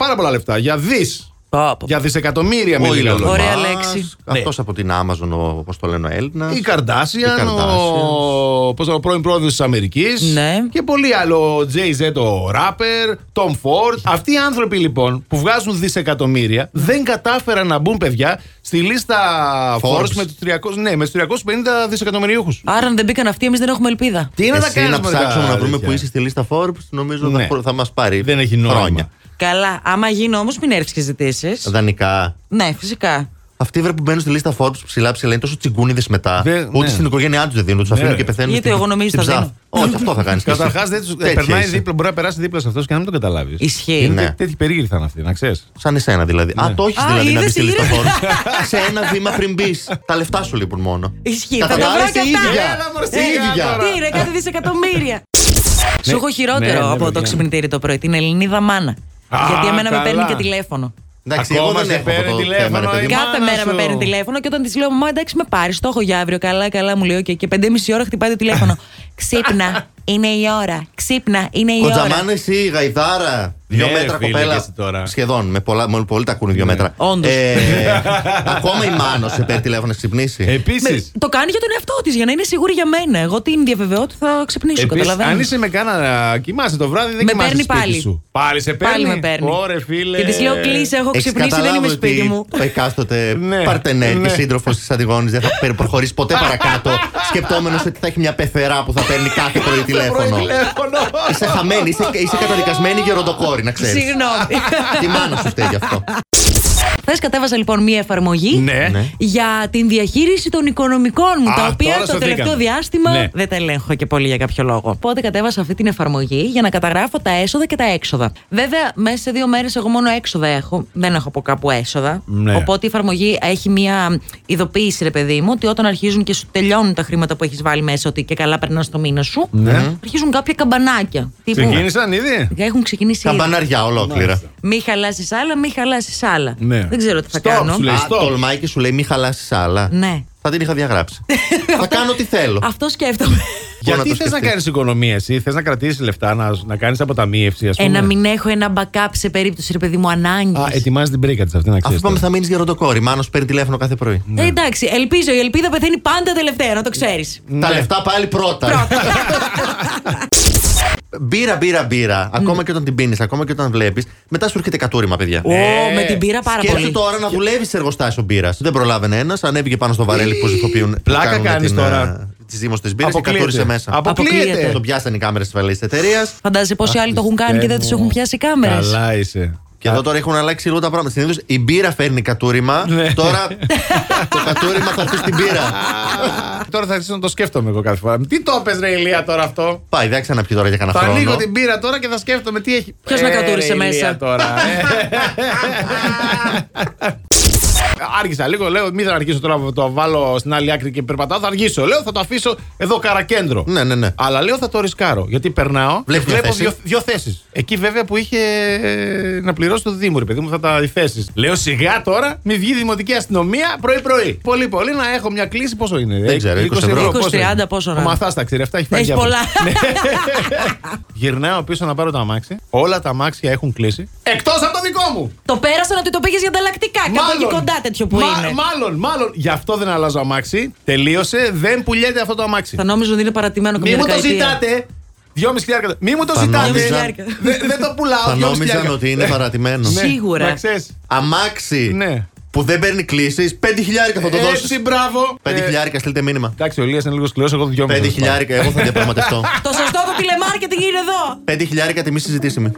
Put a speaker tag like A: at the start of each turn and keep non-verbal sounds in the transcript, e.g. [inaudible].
A: πάρα πολλά λεφτά. Για δις.
B: Πα, πα,
A: Για δισεκατομμύρια
C: Όλοι
A: μιλάμε.
C: λένε ο
B: Ωραία
C: Musk,
B: λέξη. Ναι.
C: Αυτός από την Amazon, ο, πώς το λένε, ο Έλληνας.
A: Η Καρδάσιαν,
C: Η
A: ο, πώς το λένε, ο πρώην πρόεδρος της Αμερικής.
B: Ναι.
A: Και πολύ άλλο. Ο Jay Z, ο ράπερ, Tom Ford. Αυτοί οι άνθρωποι λοιπόν που βγάζουν δισεκατομμύρια δεν κατάφεραν να μπουν παιδιά στη λίστα
C: Forbes.
A: Forbes με τους 300, ναι, με τους 350 δισεκατομμυριούχου.
B: Άρα αν δεν μπήκαν αυτοί, εμείς δεν έχουμε ελπίδα.
A: Τι είναι να
C: Εσύ
A: κάνουμε
C: να ψάξουμε
A: μετά,
C: να βρούμε
A: αλήθεια.
C: που είσαι στη λίστα Forbes, νομίζω
A: Ναι.
C: θα, θα μας πάρει
A: Δεν έχει νόημα.
C: χρόνια.
B: Καλά. Άμα γίνω όμως, μην έρθεις και ζητήσεις.
C: Δανεικά.
B: Ναι, φυσικά.
C: Αυτοί βρε που μπαίνουν στη λίστα Forbes ψηλά ψηλά είναι τόσο τσιγκούνιδες μετά.
A: Δε-
C: ούτε
A: ναι.
C: στην οικογένειά τους δεν δίνουν, τους αφήνουν
A: ρε.
C: και πεθαίνουν.
B: Γιατί
C: στην-
B: εγώ νομίζω
C: στην
B: τα
C: ψάφ.
B: δίνω.
C: Όχι, αυτό θα
A: [laughs]
C: κάνεις.
A: Καταρχάς, δεν τους- περνάει δίπλα, μπορεί να περάσει δίπλα σε αυτό και να μην τον καταλάβεις.
B: Ισχύει.
C: Ναι.
A: Τέτοιοι περίεργοι θα είναι αυτοί, να ξέρεις.
C: Σαν εσένα δηλαδή.
A: Ναι.
C: Α, το έχεις
B: Α,
C: δηλαδή να
B: είδες
C: μπεις στη
B: τι
C: λίστα
B: γίνεται. [laughs]
C: Forbes. σε ένα βήμα πριν μπεις. Τα λεφτά σου λείπουν μόνο.
B: Ισχύει.
C: Τα
B: Θα τα βρω
C: βγάλεις
B: και
C: η
B: αυτά.
C: ίδια.
A: Έλα, μωρέ,
C: Η
A: σιγά
C: ίδια.
A: τώρα.
B: Τι είναι, κάτι δισεκατομμύρια. Σου έχω
A: Ναι,
B: χειρότερο
A: ναι,
B: από το
A: παιδιά.
B: ξυπνητήρι το πρωί. Την Ελληνίδα μάνα.
A: Α,
B: Γιατί εμένα
A: καλά.
B: με παίρνει και τηλέφωνο.
C: Εντάξει,
A: Ακόμα
C: εγώ δεν
A: σε
C: έχω
A: παίρνει
C: αυτό το
A: τηλέφωνο,
C: θέμα, ρε
A: ε.
C: παιδί μου.
B: Κάθε
A: μάνα
B: μέρα με
A: σου.
B: παίρνει τηλέφωνο και όταν της λέω: Μαμά, εντάξει, με πάρει. Το έχω για αύριο. Καλά, καλά, μου λέει. «Οκ». Και 5,5 ώρα χτυπάει το τηλέφωνο. Ξύπνα, είναι η ώρα. Ξύπνα, είναι η ώρα.
C: Κοντζαμάνε ή γαϊδάρα. Δύο
A: Ναι,
C: μέτρα
A: ρε, φίλε, και
C: κοπέλα.
A: εσύ τώρα. Ναι.
C: Σχεδόν. Με πολλά, με πολύ τα ακούνε δύο μέτρα.
A: [laughs]
B: Όντως.
C: Ε, ακόμα η Μάνος σε παίρνει τηλέφωνο να
A: Ε,
C: ξυπνήσει.
A: Επίσης,
B: Το κάνει για τον εαυτό της, για να είναι σίγουρη για μένα. Εγώ την διαβεβαιώ ότι θα ξυπνήσω, καταλαβαίνεις.
A: αν είσαι με κάνα κοιμάσαι το βράδυ, δεν
B: Με
A: κοιμάσαι
B: παίρνει
A: σπίτι
B: πάλι.
A: σου. Πάλι σε παίρνει.
B: Πάλι με παίρνει.
A: Ωρε, φίλε.
B: Και της λέω: Κλείσε, έχω
C: Έχεις
B: ξυπνήσει, δεν
C: καταλάβει
B: είμαι σπίτι
C: ότι
A: [laughs]
B: μου.
A: ε,
C: Το εκάστοτε
A: Ναι.
C: παρτενέρ
A: Ναι.
C: και σύντροφος της Αντιγόνης
A: [laughs]
C: δεν θα περ- προχωρήσει ποτέ παρακάτω, σκεπτόμενος ότι θα έχει μια πεθερά που θα παίρνει κάθε πρωί τηλέφωνο.
A: τηλέφωνο.
C: Είσαι χαμένη, είσαι, είσαι καταδικασμένη γεροντοκόρη, να ξέρεις.
B: Συγγνώμη.
A: [laughs]
C: Τη μάνα σου φταίει γι' αυτό.
B: Χθες κατέβαζα λοιπόν μία εφαρμογή
A: Ναι. Ναι.
B: για την διαχείριση των οικονομικών μου,
A: Α,
B: τα
A: τώρα
B: οποία το
A: σωθήκαμε.
B: τελευταίο διάστημα
A: Ναι.
B: δεν τα ελέγχω και πολύ για κάποιο λόγο. Οπότε κατέβασα αυτή την εφαρμογή για να καταγράφω τα έσοδα και τα έξοδα. Βέβαια, μέσα σε δύο μέρες εγώ μόνο έξοδα έχω. Δεν έχω από κάπου έσοδα.
A: Ναι.
B: Οπότε η εφαρμογή έχει μία ειδοποίηση, ρε παιδί μου, ότι όταν αρχίζουν και σου τελειώνουν τα χρήματα που έχεις βάλει μέσα, ότι και καλά περνάς το μήνα σου,
A: Ναι.
B: αρχίζουν κάποια καμπανάκια. Τύπου,
A: Ξεκίνησαν ήδη.
B: Έχουν ξεκινήσει. ήδη.
C: Καμπαναριά ολόκληρα.
B: Μη χαλάσεις άλλα, μη χαλάσεις άλλα.
A: Ναι.
B: Δεν ξέρω τι θα
A: Stop,
B: κάνω.
A: σου λέει.
C: Α,
A: Stop.
C: τολμάει και σου λέει μη χαλάσει άλλα.
B: Ναι.
C: Θα την είχα
A: [laughs]
C: διαγράψει. θα κάνω τι θέλω.
B: Αυτό σκέφτομαι.
C: να
A: Γιατί
C: το
A: θες να
C: σκεφτείς.
A: κάνεις οικονομία, εσύ θες να κρατήσεις λεφτά, να, να κάνεις αποταμίευση, ας πούμε.
B: ε, να μην έχω ένα backup σε περίπτωση, ρε παιδί μου, ανάγκης.
A: Α, ε, ετοιμάζεις την πρίκα της αυτή να ξέρει.
C: Αφού πάμε θα μείνεις γεροντοκόρη. Μάνος παίρνει τηλέφωνο κάθε πρωί.
A: ναι.
B: Ε, εντάξει, ελπίζω. Η ελπίδα πεθαίνει πάντα τελευταία, να το ξέρεις.
A: Ε. Ναι.
C: Τα λεφτά πάλι πρώτα. μπύρα, μπύρα,
A: Ναι.
C: μπύρα. Ακόμα και όταν την πίνεις, ακόμα και όταν βλέπεις, μετά σου έρχεται κατούριμα, παιδιά.
A: Ναι,
B: Ω,
A: Ε.
B: με την πήρα πάρα
C: Σκέψου
B: πολύ.
C: τώρα να δουλεύεις σε εργοστάσιο μπύρας. Δεν προλάβαινε ένας, ανέβηκε πάνω στο βαρέλι που ε, ζυθοποιούν.
A: Πλάκα κάνεις τώρα.
C: Τη ζύμωση της μπύρας και κατούρισε μέσα.
A: Αποκλείεται.
B: Αποκλείεται.
C: Τον πιάσαν οι κάμερες της βαλής εταιρείας.
B: Φαντάζεσαι πόσοι άλλοι το έχουν κάνει και δεν τους έχουν πιάσει οι κάμερες.
A: Καλά είσαι.
C: Και εδώ τώρα έχουν αλλάξει λίγο τα πράγματα. Συνήθως η μπύρα φέρνει κατούριμα.
A: Ναι. [laughs]
C: Τώρα το κατούριμα θα έρθει στην μπύρα.
A: Τώρα θα αρχίσω να το σκέφτομαι εγώ κάθε φορά. Τι το πες ρε Ηλία τώρα αυτό.
C: Πάει, δεν ξαναπιεί τώρα για κανένα
A: Θα
C: χρόνο.
A: ανοίγω την πύρα τώρα και θα σκέφτομαι τι έχει.
B: Ποιος να
A: Ε,
B: κατούρισε
A: ρε,
B: μέσα.
A: Ηλία, τώρα. ε. Άργησα λίγο, λέω, μην θα αρχίσω τώρα να το βάλω στην άλλη άκρη και περπατάω. Θα αργήσω. Λέω, θα το αφήσω εδώ καρακέντρο.
C: Ναι, ναι, ναι.
A: Αλλά λέω θα το ρισκάρω. Γιατί περνάω.
C: Βλέπεις
A: και
C: μια
A: βλέπω
C: θέση.
A: δύο, δύο θέσεις. Εκεί βέβαια που είχε ε, να πληρώσει το Δήμο, ρε παιδί μου, θα τα οι θέσει. Λέω σιγά τώρα, μη βγει η δημοτική αστυνομία πρωί-πρωί. Πολύ πολύ να έχω μια κλίση. Πόσο είναι, ε,
C: Δεν ξέρω, 20 ευρώ.
B: 20-30 πόσο να είναι.
A: Μαθάς τα ξηρευτά, έχει φάει
B: Έχει
A: για αύριο.
B: πολλά.
A: Ναι. Γυρνάω πίσω να πάρω το αμάξι. Όλα τα αμάξια έχουν κλείσει. Εκτός από το δικό μου!
B: [laughs] Το πέρασαν ότι το πήγες για ανταλλακτικά. Κάπου εκεί κοντά τέτοιο που
A: Μα-
B: είναι.
A: Μάλλον, μάλλον. Γι' αυτό δεν αλλάζω αμάξι. Τελείωσε. Δεν πουλιέται αυτό το αμάξι.
B: Θα νόμιζα ότι είναι παρατημένο
A: Μη
B: καμία
A: μου το
B: δεκαετία.
A: ζητάτε. Δυόμιση χιλιάρικα. Μη μου το
C: Θα
A: ζητάτε.
C: νόμιζαν-
A: Δε- Δεν το πουλάω.
C: Θα
A: δυόμιση
C: νόμιζαν
A: χιλιάρικα.
C: ότι είναι παρατημένος.
A: Ναι,
B: Σίγουρα.
A: Να ξέρεις.
C: Αμάξι
A: Ναι.
C: που δεν παίρνει κλήσεις, 5 χιλιάρικα θα το
A: Ε, Έτσι,
C: δώσεις.
A: μπράβο.
C: 5
A: Ε,
C: χιλιάρικα, στείλτε μήνυμα.
A: Εντάξει, ο Λία είναι λίγο σκληρός. Εγώ
C: 5
A: δυόμιση. θα πάω.
C: χιλιάρικα, εγώ θα διαπραγματευτώ.
B: Το σωστό το τηλεμάρκετινγκ είναι εδώ.
C: 5 χιλιάρικα τιμή συζητήσιμη.